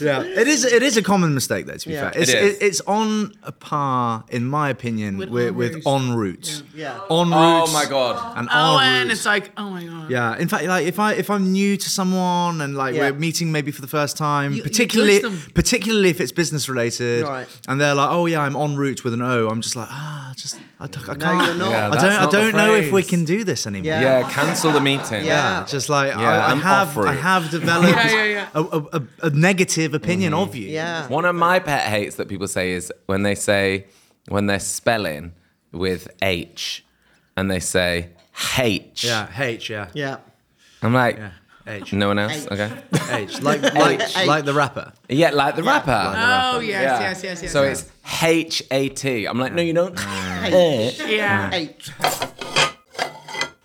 [SPEAKER 6] Yeah, it is. It is a common mistake, though. To be
[SPEAKER 3] Yeah.
[SPEAKER 6] fair, it's,
[SPEAKER 1] It is.
[SPEAKER 6] it- it's on a par, in my opinion, with with, with en route.
[SPEAKER 3] Yeah.
[SPEAKER 6] En route.
[SPEAKER 1] Oh my god.
[SPEAKER 6] And
[SPEAKER 4] Oh,
[SPEAKER 6] en
[SPEAKER 4] and
[SPEAKER 6] route.
[SPEAKER 4] it's like, oh my god.
[SPEAKER 6] Yeah. In fact, like if I if I'm new to someone and like
[SPEAKER 3] Yeah.
[SPEAKER 6] we're meeting maybe for the first time,
[SPEAKER 4] You- you
[SPEAKER 6] particularly
[SPEAKER 4] judge them.
[SPEAKER 6] particularly if it's business related,
[SPEAKER 3] Right.
[SPEAKER 6] and they're like, oh yeah, I'm en route with an O. I'm just like, ah, just I, don't- I can't.
[SPEAKER 3] you're not.
[SPEAKER 1] Yeah,
[SPEAKER 6] I
[SPEAKER 1] that's
[SPEAKER 6] don't. I
[SPEAKER 1] not the
[SPEAKER 6] don't know if we
[SPEAKER 1] phrase.
[SPEAKER 6] can do this anymore.
[SPEAKER 3] Yeah.
[SPEAKER 1] Yeah, cancel the meeting.
[SPEAKER 3] Yeah.
[SPEAKER 6] Yeah, just like
[SPEAKER 1] Yeah,
[SPEAKER 6] I, I
[SPEAKER 1] I'm
[SPEAKER 6] have,
[SPEAKER 1] off
[SPEAKER 6] I
[SPEAKER 1] route.
[SPEAKER 6] have developed
[SPEAKER 4] Yeah, yeah, yeah.
[SPEAKER 6] A, a, a, a negative opinion
[SPEAKER 1] Mm-hmm.
[SPEAKER 6] of you.
[SPEAKER 3] Yeah.
[SPEAKER 1] One of my pet hates that people say is when they say when they're spelling with H, and they say H.
[SPEAKER 6] Yeah, H, yeah.
[SPEAKER 3] Yeah.
[SPEAKER 1] I'm like,
[SPEAKER 6] H.
[SPEAKER 1] no one else.
[SPEAKER 3] H.
[SPEAKER 1] Okay.
[SPEAKER 6] H. Like, like,
[SPEAKER 3] H.
[SPEAKER 6] like the rapper.
[SPEAKER 1] Yeah, like the rapper.
[SPEAKER 4] Oh yes,
[SPEAKER 1] Yeah.
[SPEAKER 4] yes, yes, yes.
[SPEAKER 1] So
[SPEAKER 4] yes.
[SPEAKER 1] it's H A T. I'm like, no, you don't.
[SPEAKER 4] yeah.
[SPEAKER 3] Eight.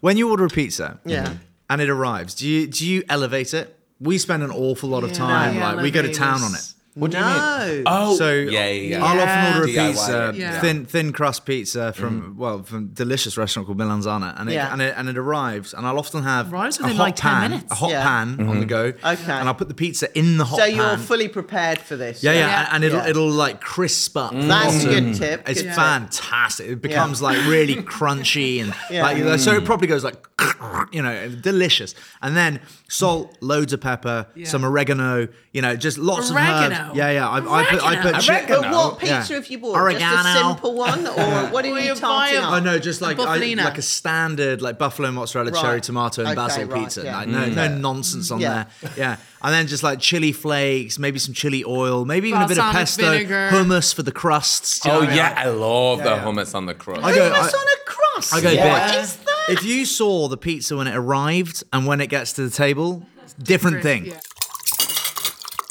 [SPEAKER 6] When you order a pizza Mm-hmm.
[SPEAKER 3] Yeah.
[SPEAKER 6] and it arrives, do you do you elevate it? We spend an awful lot of time,
[SPEAKER 4] Yeah,
[SPEAKER 6] like we go to town on it.
[SPEAKER 4] elevators.
[SPEAKER 1] What do you mean?
[SPEAKER 3] No.
[SPEAKER 1] Oh,
[SPEAKER 6] So
[SPEAKER 1] yeah, yeah, yeah.
[SPEAKER 6] I'll often order a
[SPEAKER 1] DIY.
[SPEAKER 6] pizza,
[SPEAKER 4] Yeah.
[SPEAKER 6] thin thin crust pizza
[SPEAKER 1] Mm-hmm.
[SPEAKER 6] from well from a delicious restaurant called Milanzana, and it,
[SPEAKER 3] Yeah.
[SPEAKER 6] and it and it arrives, and I'll often have
[SPEAKER 4] Arrives
[SPEAKER 6] a hot
[SPEAKER 4] within, like, 10
[SPEAKER 6] pan,
[SPEAKER 4] minutes.
[SPEAKER 6] a hot
[SPEAKER 3] Yeah.
[SPEAKER 6] pan
[SPEAKER 1] Mm-hmm.
[SPEAKER 6] on the go, okay, and I'll put the pizza in the hot
[SPEAKER 3] so
[SPEAKER 6] pan.
[SPEAKER 3] you're fully prepared for this.
[SPEAKER 6] yeah, yeah,
[SPEAKER 4] Yeah.
[SPEAKER 6] and it'll
[SPEAKER 3] Yeah. Mm.
[SPEAKER 6] it'll like crisp up. the
[SPEAKER 3] That's a
[SPEAKER 6] bottom.
[SPEAKER 3] good tip.
[SPEAKER 6] It's
[SPEAKER 3] good tip.
[SPEAKER 6] fantastic. It becomes like really crunchy and
[SPEAKER 3] Yeah.
[SPEAKER 6] like uh, so
[SPEAKER 3] Mm.
[SPEAKER 6] it probably goes like you know delicious. And then salt, loads of pepper, some oregano, you know, just lots of
[SPEAKER 4] Oregano?
[SPEAKER 6] herbs. Yeah, yeah. I, I put I put
[SPEAKER 4] Oregano?
[SPEAKER 6] chi-
[SPEAKER 1] Oregano?
[SPEAKER 3] But what pizza
[SPEAKER 6] Yeah.
[SPEAKER 3] have you bought? Just a
[SPEAKER 6] Oregano.
[SPEAKER 3] simple one, or what are
[SPEAKER 4] Or
[SPEAKER 3] you
[SPEAKER 4] you
[SPEAKER 3] tarting
[SPEAKER 4] buy a-
[SPEAKER 6] Oh
[SPEAKER 3] up?
[SPEAKER 6] no, just like I,
[SPEAKER 4] Buffalina.
[SPEAKER 6] like a standard like buffalo mozzarella,
[SPEAKER 3] Right.
[SPEAKER 6] cherry tomato, and
[SPEAKER 3] Okay,
[SPEAKER 6] basil
[SPEAKER 3] right,
[SPEAKER 6] pizza.
[SPEAKER 3] yeah.
[SPEAKER 6] Like, no, no nonsense on
[SPEAKER 3] Yeah.
[SPEAKER 6] there. Yeah, and then just like chili flakes, maybe some chili oil, maybe even a bit of
[SPEAKER 4] Balsamic
[SPEAKER 6] pesto,
[SPEAKER 4] vinegar.
[SPEAKER 6] hummus for the crusts. do you know
[SPEAKER 1] Oh
[SPEAKER 6] what I mean?
[SPEAKER 1] yeah, I love the hummus on the crust.
[SPEAKER 6] I go,
[SPEAKER 3] Oh, Hummus
[SPEAKER 6] I-
[SPEAKER 3] on a crust.
[SPEAKER 6] I go
[SPEAKER 3] What
[SPEAKER 6] big.
[SPEAKER 3] is that?
[SPEAKER 6] If you saw the pizza when it arrived and when it gets to the table, it's a different thing.
[SPEAKER 4] Yeah.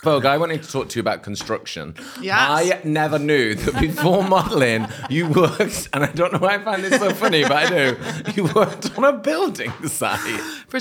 [SPEAKER 1] Vogue, I wanted to talk to you about construction.
[SPEAKER 4] Yes.
[SPEAKER 1] I never knew that before modelling, you worked, and I don't know why I find this so funny, but I do. You worked on a building site.
[SPEAKER 4] For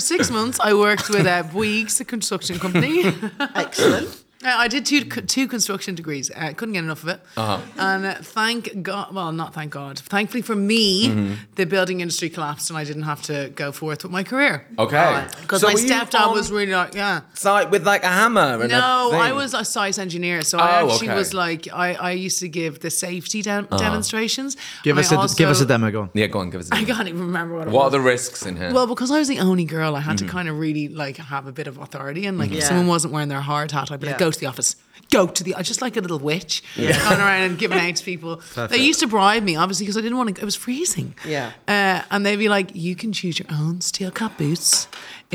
[SPEAKER 4] six months, I worked with uh, Bouygues, a construction company.
[SPEAKER 3] Excellent.
[SPEAKER 4] Uh, I did two two construction degrees. Uh, couldn't get enough of it.
[SPEAKER 1] Uh-huh.
[SPEAKER 4] And uh, thank God, well, not thank God. Thankfully for me,
[SPEAKER 1] Mm-hmm.
[SPEAKER 4] the building industry collapsed, and I didn't have to go forth with my career.
[SPEAKER 1] Okay.
[SPEAKER 4] Because
[SPEAKER 1] Oh. So
[SPEAKER 4] my
[SPEAKER 1] were you
[SPEAKER 4] stepdad
[SPEAKER 1] on
[SPEAKER 4] was really like, yeah.
[SPEAKER 1] site with like a hammer. And
[SPEAKER 4] No,
[SPEAKER 1] a thing?
[SPEAKER 4] I was a science engineer, so I
[SPEAKER 1] Oh,
[SPEAKER 4] actually
[SPEAKER 1] okay. Uh-huh.
[SPEAKER 4] was like, I, I used to give the safety dem- demonstrations.
[SPEAKER 6] Give
[SPEAKER 4] I
[SPEAKER 6] us a give us
[SPEAKER 4] also-
[SPEAKER 6] a demo. Go on.
[SPEAKER 1] Yeah, go on, give us. A
[SPEAKER 4] I can't even remember what. it
[SPEAKER 1] what are
[SPEAKER 4] was.
[SPEAKER 1] the risks in here?
[SPEAKER 4] Well, because I was the only girl, I had to kind of really like have a bit of authority. And like, if
[SPEAKER 3] Mm-hmm. Yeah.
[SPEAKER 4] someone wasn't wearing their hard hat, I'd be like,
[SPEAKER 3] Yeah.
[SPEAKER 4] "Go to the office." Go to the. I just like a little witch going around and giving out to people. They used to bribe me, obviously, because I didn't want to. It was freezing.
[SPEAKER 3] Yeah.
[SPEAKER 4] Uh, and they'd be like, "You can choose your own steel cap boots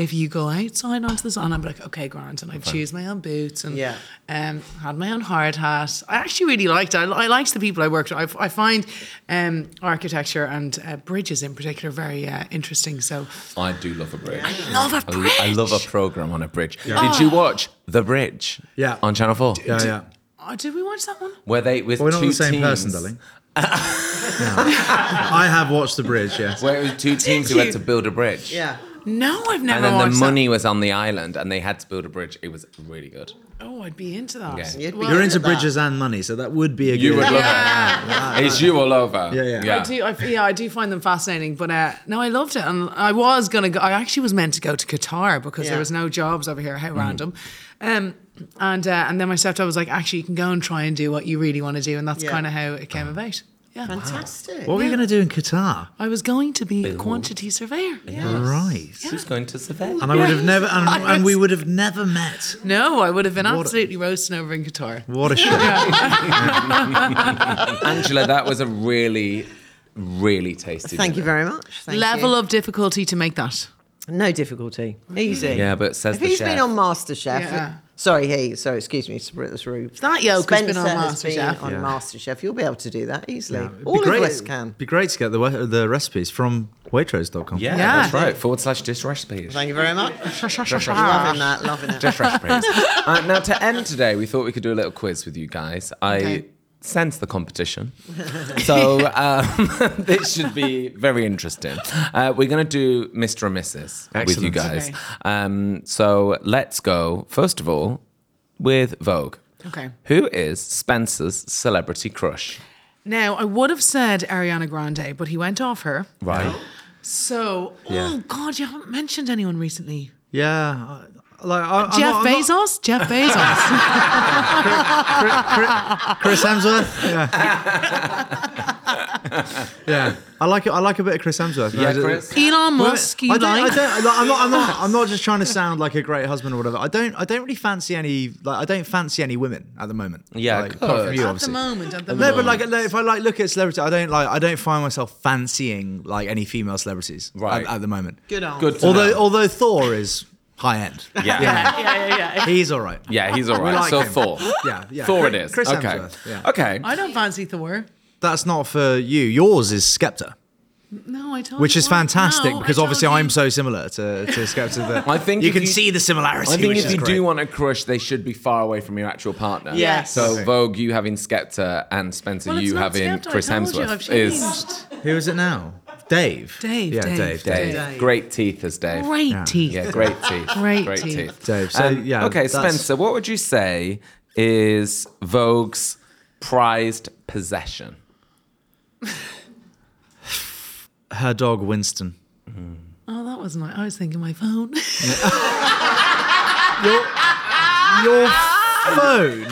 [SPEAKER 4] if you go outside onto the sun." And I'd be like, "Okay, Grant," and I'd choose my own boots and
[SPEAKER 3] Yeah.
[SPEAKER 4] um, had my own hard hat. I actually really liked it. I, I liked the people I worked with. I, I find um, architecture and uh, bridges in particular very uh, interesting. So
[SPEAKER 1] I do love a bridge. I
[SPEAKER 4] love a bridge.
[SPEAKER 1] I love a program on a bridge. Did you watch The Bridge?
[SPEAKER 6] Yeah.
[SPEAKER 1] On Channel Four.
[SPEAKER 6] Yeah, yeah.
[SPEAKER 4] Oh, did we watch that one?
[SPEAKER 1] Where they it was
[SPEAKER 6] We're not
[SPEAKER 1] two
[SPEAKER 6] the same
[SPEAKER 1] teams.
[SPEAKER 6] person, darling. I have watched the bridge. Yes.
[SPEAKER 1] Where it was two teams who had
[SPEAKER 4] you?
[SPEAKER 1] to build a bridge.
[SPEAKER 3] Yeah.
[SPEAKER 4] No, I've never
[SPEAKER 1] And then the
[SPEAKER 4] watched
[SPEAKER 1] money was on the island, and they had to build a bridge. It was really good.
[SPEAKER 4] that. Oh, I'd be into that.
[SPEAKER 1] Okay.
[SPEAKER 3] You'd be
[SPEAKER 6] You're
[SPEAKER 3] good
[SPEAKER 6] into
[SPEAKER 3] at that.
[SPEAKER 6] bridges and money, so that would be a
[SPEAKER 1] You
[SPEAKER 6] good.
[SPEAKER 1] would love it. It's you all over.
[SPEAKER 6] Yeah, yeah.
[SPEAKER 4] I do, I, yeah, I do find them fascinating, but uh, no, I loved it, and I was gonna go. I actually was meant to go to Qatar because
[SPEAKER 3] Yeah. Mm-hmm.
[SPEAKER 4] there was no jobs over here. How random! Um, and uh, and then my stepdad was like, actually, you can go and try and do what you really want to do, and that's
[SPEAKER 3] Yeah.
[SPEAKER 4] kind of how it came about. Yeah,
[SPEAKER 3] Fantastic.
[SPEAKER 6] What were you going to do in Qatar?
[SPEAKER 4] I was going to be a quantity surveyor.
[SPEAKER 6] Right.
[SPEAKER 1] Who's going to survey?
[SPEAKER 6] And I would have never, and,
[SPEAKER 4] I
[SPEAKER 6] and we
[SPEAKER 4] was-
[SPEAKER 6] would have never met.
[SPEAKER 4] No, I would have been absolutely roasting over in Qatar.
[SPEAKER 6] What a shame.
[SPEAKER 1] Angela, that was a really, really tasty.
[SPEAKER 3] Thank you
[SPEAKER 1] dinner.
[SPEAKER 3] very much. Thank
[SPEAKER 4] Level
[SPEAKER 3] you.
[SPEAKER 4] of difficulty to make that.
[SPEAKER 3] no difficulty. Easy.
[SPEAKER 1] Yeah, but says
[SPEAKER 3] If
[SPEAKER 1] the
[SPEAKER 3] he's
[SPEAKER 1] chef.
[SPEAKER 3] been on MasterChef,
[SPEAKER 4] Yeah.
[SPEAKER 3] sorry, he, sorry, excuse me, Sabrina's Rube.
[SPEAKER 4] That yoke has been
[SPEAKER 3] Spencer
[SPEAKER 4] on
[SPEAKER 3] has been
[SPEAKER 4] MasterChef.
[SPEAKER 3] on
[SPEAKER 4] Yeah.
[SPEAKER 3] MasterChef. You'll be able to do that easily.
[SPEAKER 6] It'd be
[SPEAKER 3] All
[SPEAKER 6] great-
[SPEAKER 3] of us can.
[SPEAKER 6] Be great to get the we- the recipes from Waitrose.com.
[SPEAKER 1] yeah,
[SPEAKER 4] Yeah.
[SPEAKER 1] that's right. Forward slash dish recipes.
[SPEAKER 3] Thank you very much.
[SPEAKER 4] Ah.
[SPEAKER 3] loving that, loving it.
[SPEAKER 1] Dish recipes. uh, now to end today, we thought we could do a little quiz with you guys. I.
[SPEAKER 4] Okay.
[SPEAKER 1] Sense the competition. So um, this should be very interesting. Uh, we're going to do Mr. and Mrs. with you
[SPEAKER 6] Excellent.
[SPEAKER 1] guys.
[SPEAKER 4] Okay.
[SPEAKER 1] Um, so let's go, first of all, with Vogue.
[SPEAKER 4] Okay.
[SPEAKER 1] Who is Spencer's celebrity crush?
[SPEAKER 4] Now, I would have said Ariana Grande, but he went off her.
[SPEAKER 1] Right.
[SPEAKER 4] So, oh God, you haven't mentioned anyone recently.
[SPEAKER 6] Yeah. I- Like, I, I'm
[SPEAKER 4] Jeff
[SPEAKER 6] not- I'm not-
[SPEAKER 4] Bezos? Jeff Bezos.
[SPEAKER 6] Chris Hemsworth. Yeah. yeah. I like it. I like a bit of Chris Hemsworth. I
[SPEAKER 1] Yeah,
[SPEAKER 6] just-
[SPEAKER 1] Chris.
[SPEAKER 4] Elon
[SPEAKER 6] Wait a minute.
[SPEAKER 4] Musk, you
[SPEAKER 6] I don't,
[SPEAKER 4] like?
[SPEAKER 6] I don't, like, I'm not. I'm not. I'm not just trying to sound like a great husband or whatever. I don't. I don't really fancy any. Like, I don't fancy any women at the moment.
[SPEAKER 1] Yeah,
[SPEAKER 6] Like, apart
[SPEAKER 1] good.
[SPEAKER 6] from you,
[SPEAKER 1] At
[SPEAKER 4] at the
[SPEAKER 6] obviously.
[SPEAKER 4] moment, at the
[SPEAKER 6] No,
[SPEAKER 4] moment.
[SPEAKER 6] but like, like, if I like look at celebrity, I don't like. I don't find myself fancying like any female celebrities at-
[SPEAKER 1] Right.
[SPEAKER 6] at, the moment.
[SPEAKER 3] Good answer.
[SPEAKER 1] Good. To
[SPEAKER 6] Although,
[SPEAKER 1] know.
[SPEAKER 6] although Thor is high end.
[SPEAKER 1] yeah. yeah,
[SPEAKER 4] yeah, yeah, yeah.
[SPEAKER 6] He's all right.
[SPEAKER 1] yeah, he's all right.
[SPEAKER 6] like
[SPEAKER 1] so
[SPEAKER 6] him.
[SPEAKER 1] Thor.
[SPEAKER 6] Yeah, yeah.
[SPEAKER 1] Thor
[SPEAKER 6] Chris-
[SPEAKER 1] it is.
[SPEAKER 6] Chris
[SPEAKER 1] okay.
[SPEAKER 6] Hemsworth, yeah.
[SPEAKER 1] Okay.
[SPEAKER 4] I don't fancy Thor.
[SPEAKER 6] That's not for you. Yours is Skepta,
[SPEAKER 4] No, I don't.
[SPEAKER 6] which is
[SPEAKER 4] want-
[SPEAKER 6] fantastic
[SPEAKER 4] no, I
[SPEAKER 6] because obviously
[SPEAKER 4] don't
[SPEAKER 6] I'm
[SPEAKER 4] do-
[SPEAKER 6] so similar to, to Skepta that
[SPEAKER 1] I think
[SPEAKER 6] you
[SPEAKER 1] if
[SPEAKER 6] can
[SPEAKER 1] you-
[SPEAKER 6] see the similarity.
[SPEAKER 1] I think
[SPEAKER 6] which
[SPEAKER 1] if
[SPEAKER 6] is
[SPEAKER 1] you
[SPEAKER 6] great.
[SPEAKER 1] do want a crush, they should be far away from your actual partner.
[SPEAKER 3] Yes.
[SPEAKER 1] So
[SPEAKER 6] Okay.
[SPEAKER 1] Vogue, you having Skepta, and Spencer,
[SPEAKER 4] Well, it's
[SPEAKER 1] you
[SPEAKER 4] not
[SPEAKER 1] having
[SPEAKER 4] Skepta,
[SPEAKER 1] Chris
[SPEAKER 4] I told you, I've
[SPEAKER 1] Hemsworth is
[SPEAKER 4] changed.
[SPEAKER 6] Who is it now? Dave.
[SPEAKER 4] Dave,
[SPEAKER 6] Yeah,
[SPEAKER 4] Dave,
[SPEAKER 6] Dave. Dave.
[SPEAKER 1] Dave.
[SPEAKER 4] Dave.
[SPEAKER 1] Great teeth is Dave.
[SPEAKER 4] Great teeth.
[SPEAKER 1] Yeah, great teeth.
[SPEAKER 4] Great
[SPEAKER 1] teeth.
[SPEAKER 4] teeth.
[SPEAKER 6] Dave. So
[SPEAKER 1] Um,
[SPEAKER 6] Uh, yeah.
[SPEAKER 1] okay,
[SPEAKER 6] that's-
[SPEAKER 1] Spencer, what would you say is Vogue's prized possession?
[SPEAKER 6] Her dog Winston.
[SPEAKER 4] Oh, that was my. I was thinking my phone.
[SPEAKER 6] Your
[SPEAKER 4] Ah!
[SPEAKER 6] phone.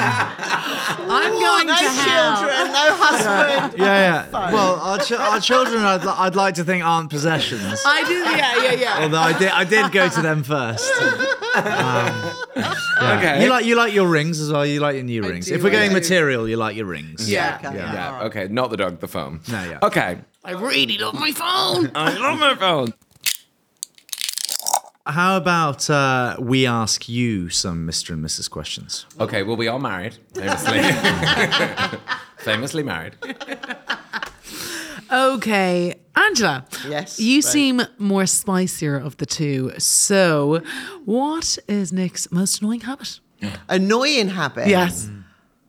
[SPEAKER 4] I'm going
[SPEAKER 3] No
[SPEAKER 4] to hell.
[SPEAKER 3] children, no husband.
[SPEAKER 6] Yeah, yeah. Well, our, ch- our children, I'd, li- I'd like to think aren't possessions.
[SPEAKER 4] I do. Yeah, yeah, yeah.
[SPEAKER 6] Although I did, I did go to them first. Um, yeah.
[SPEAKER 1] Okay.
[SPEAKER 6] You like you like your rings as well. You like your new rings.
[SPEAKER 4] do,
[SPEAKER 6] If we're
[SPEAKER 4] I
[SPEAKER 6] going
[SPEAKER 4] do.
[SPEAKER 6] material, you like your rings.
[SPEAKER 4] Yeah.
[SPEAKER 3] Okay.
[SPEAKER 6] Yeah.
[SPEAKER 1] Yeah, okay, not the dog, the phone.
[SPEAKER 6] No, yeah.
[SPEAKER 1] Okay.
[SPEAKER 4] I really love my phone.
[SPEAKER 1] I love my phone.
[SPEAKER 6] How about uh, we ask you some Mr. and Mrs. questions?
[SPEAKER 1] Okay, well, we are married, famously. famously married.
[SPEAKER 4] Okay, Angela.
[SPEAKER 3] Yes,
[SPEAKER 4] You
[SPEAKER 3] right.
[SPEAKER 4] seem more spicier of the two. So, what is Nick's most annoying habit?
[SPEAKER 3] Annoying habit.
[SPEAKER 4] Yes.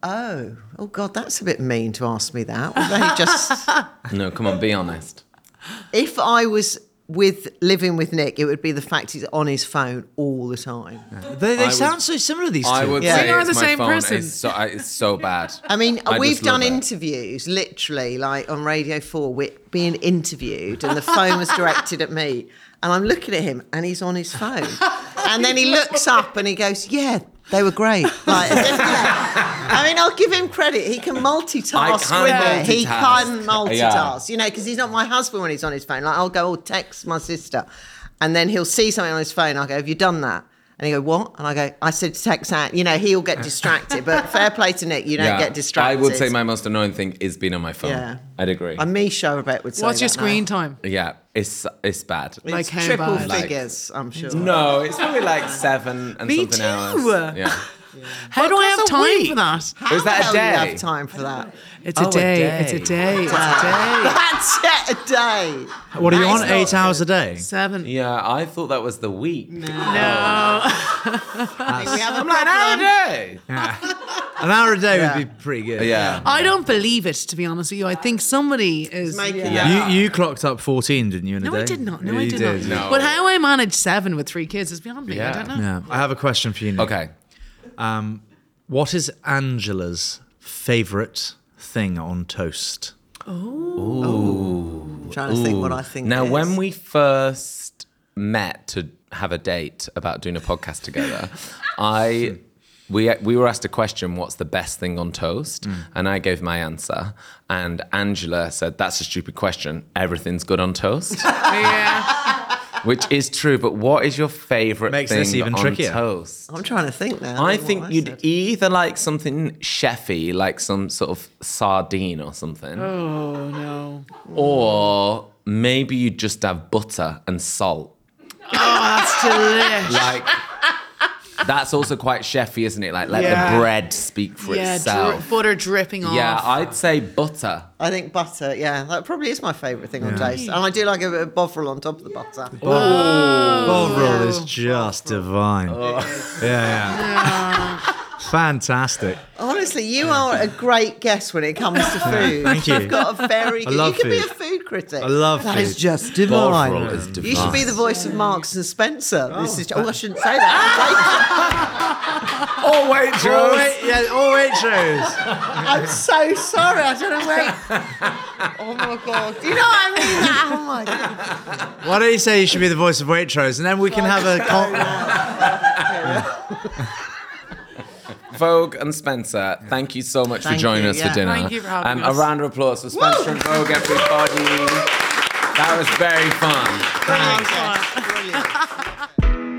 [SPEAKER 3] Oh, oh God, that's a bit mean to ask me that. Well, they just,
[SPEAKER 1] No, come on, be honest.
[SPEAKER 3] if I was with living with Nick, it would be the fact he's on his phone all the time.
[SPEAKER 6] They, they
[SPEAKER 1] would-
[SPEAKER 6] sound so similar. These two.
[SPEAKER 1] I would
[SPEAKER 3] Yeah.
[SPEAKER 1] say
[SPEAKER 3] We are
[SPEAKER 1] it's
[SPEAKER 4] the
[SPEAKER 1] my
[SPEAKER 4] same
[SPEAKER 1] phone.
[SPEAKER 4] person.
[SPEAKER 1] It's so, I- it's so bad.
[SPEAKER 3] I mean,
[SPEAKER 1] I
[SPEAKER 3] we've
[SPEAKER 1] just love
[SPEAKER 3] done
[SPEAKER 1] it.
[SPEAKER 3] interviews, literally, like on Radio 4, we're being interviewed, and the phone was directed at me. And I'm looking at him, and he's on his phone. And then he looks up and he goes, Yeah, they were great. Like, as if, yeah. I mean, I'll give him credit. He can
[SPEAKER 1] I
[SPEAKER 3] multitask
[SPEAKER 1] can
[SPEAKER 3] with it. He
[SPEAKER 1] multitask.
[SPEAKER 3] can
[SPEAKER 1] Yeah.
[SPEAKER 3] multitask, you know, because he's not my husband when he's on his phone. Like, I'll go, oh, text my sister. And then he'll see something on his phone. I'll go, Have you done that? And he go, What? And I go, I said to text out. You know, he'll get distracted. But fair play to Nick, you don't get distracted.
[SPEAKER 1] I would say my most annoying thing is being on my phone.
[SPEAKER 3] Yeah.
[SPEAKER 1] I'd agree.
[SPEAKER 3] And me, Sharabet would say.
[SPEAKER 4] What's your
[SPEAKER 3] that
[SPEAKER 4] screen
[SPEAKER 3] now.
[SPEAKER 4] time?
[SPEAKER 1] yeah, it's it's bad.
[SPEAKER 4] Like
[SPEAKER 3] It's
[SPEAKER 4] how
[SPEAKER 3] triple
[SPEAKER 4] bad?
[SPEAKER 1] Like-
[SPEAKER 3] figures, I'm sure.
[SPEAKER 1] no, it's probably like seven and
[SPEAKER 4] Me
[SPEAKER 1] something
[SPEAKER 4] too.
[SPEAKER 1] hours. Yeah.
[SPEAKER 4] How do I have time for that?
[SPEAKER 3] How
[SPEAKER 1] Is that
[SPEAKER 3] the
[SPEAKER 1] a
[SPEAKER 3] hell do
[SPEAKER 1] day?
[SPEAKER 3] You have time for that.
[SPEAKER 4] It's a,
[SPEAKER 1] a
[SPEAKER 4] day. It's a
[SPEAKER 1] day.
[SPEAKER 4] day. It's a day.
[SPEAKER 3] That's it, a day.
[SPEAKER 6] what are you
[SPEAKER 3] That is
[SPEAKER 6] on?
[SPEAKER 3] not
[SPEAKER 6] Eight hours a day.
[SPEAKER 4] Seven.
[SPEAKER 1] Yeah, I thought that was the week.
[SPEAKER 3] We have a
[SPEAKER 1] An hour a
[SPEAKER 3] problem.
[SPEAKER 1] day.
[SPEAKER 6] An hour a day
[SPEAKER 3] Yeah.
[SPEAKER 6] would be pretty good.
[SPEAKER 1] Yeah.
[SPEAKER 4] I don't believe it, to be honest with you. I think somebody is.
[SPEAKER 3] Making
[SPEAKER 1] Yeah.
[SPEAKER 6] You, you clocked up 14, didn't you? In a
[SPEAKER 4] No,
[SPEAKER 6] day?
[SPEAKER 4] I did not. No,
[SPEAKER 6] you
[SPEAKER 4] I did, not.
[SPEAKER 1] No.
[SPEAKER 4] But how I manage seven with three kids is beyond me. I
[SPEAKER 1] Yeah.
[SPEAKER 4] don't know.
[SPEAKER 6] Yeah. I have a question for you. Nick.
[SPEAKER 1] Okay.
[SPEAKER 6] What is Angela's favorite thing on toast?
[SPEAKER 3] I'm trying to think what I think.
[SPEAKER 1] Now,
[SPEAKER 3] it
[SPEAKER 1] when
[SPEAKER 3] is.
[SPEAKER 1] we first met to have a date about doing a podcast together, I we we were asked a question: "What's the best thing on toast?" And I gave my answer, and Angela said, "That's a stupid question. Everything's good on toast,"
[SPEAKER 4] Yeah.
[SPEAKER 1] which is true. But what is your favorite
[SPEAKER 6] Makes
[SPEAKER 1] thing
[SPEAKER 6] this even
[SPEAKER 1] on
[SPEAKER 6] trickier.
[SPEAKER 1] toast?
[SPEAKER 3] I'm trying to think now.
[SPEAKER 1] I
[SPEAKER 3] what
[SPEAKER 1] think you'd
[SPEAKER 3] said.
[SPEAKER 1] either like something chefy, like some sort of sardine or something,
[SPEAKER 4] Oh, no.
[SPEAKER 1] or maybe you'd just have butter and salt.
[SPEAKER 4] Oh, That's delicious.
[SPEAKER 1] like that's also quite chefy, isn't it? Like let
[SPEAKER 4] Yeah.
[SPEAKER 1] the bread speak for
[SPEAKER 4] Yeah, dri- Oh.
[SPEAKER 1] itself.
[SPEAKER 4] butter dripping off.
[SPEAKER 1] yeah, I'd say butter.
[SPEAKER 3] I think butter. Yeah, that probably is my favourite thing on toast, and I do like a bit of bovril on top of the butter.
[SPEAKER 6] Oh. Bovril is just divine. Yeah, yeah. Fantastic.
[SPEAKER 3] Honestly, you are a great guest when it comes to food.
[SPEAKER 6] Thank you.
[SPEAKER 3] You've got a very. Good,
[SPEAKER 6] love
[SPEAKER 3] you could be a
[SPEAKER 6] food.
[SPEAKER 3] food critic.
[SPEAKER 6] I love
[SPEAKER 3] That
[SPEAKER 6] food.
[SPEAKER 3] is just
[SPEAKER 1] Bovril
[SPEAKER 3] divine.
[SPEAKER 1] is divine.
[SPEAKER 3] You should be the voice of Marks and Spencer. this is. Oh, I shouldn't say that.
[SPEAKER 1] Oh wait,
[SPEAKER 6] All wait, yeah, all waitrose.
[SPEAKER 3] I'm so sorry. I don't know where. Oh my god! Do you know what I mean? That. Oh my god!
[SPEAKER 6] Why don't you say you should be the voice of waitrose, and then we can have a. Con-
[SPEAKER 1] Vogue and Spencer, thank you so much
[SPEAKER 3] Thank
[SPEAKER 1] for joining
[SPEAKER 3] you,
[SPEAKER 1] us
[SPEAKER 3] yeah.
[SPEAKER 1] for dinner.
[SPEAKER 4] Thank you for having
[SPEAKER 1] um,
[SPEAKER 4] us.
[SPEAKER 1] A round of applause for Spencer and Vogue, everybody. That was very fun.
[SPEAKER 3] Brilliant.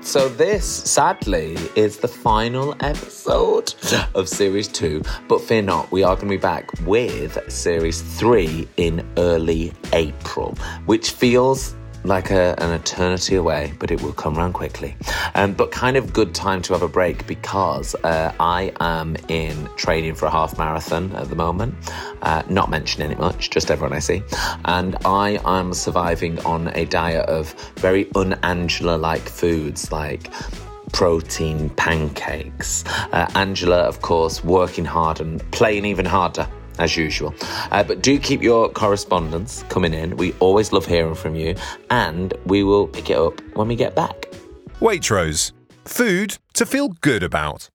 [SPEAKER 1] So this, sadly, is the final episode of series two. But fear not, we are going to be back with series three in early April, which feels like a, an eternity away, but it will come round quickly. Um, but kind of good time to have a break because uh, I am in training for a half marathon at the moment. Uh, not mentioning it much, just everyone I see. And I am surviving on a diet of very un Angela like foods like protein pancakes. Uh, Angela, of course, working hard and playing even harder. As usual. Uh, but do keep your correspondence coming in. We always love hearing from you, and we will pick it up when we get back.
[SPEAKER 2] Waitrose,
[SPEAKER 8] Food to feel good about.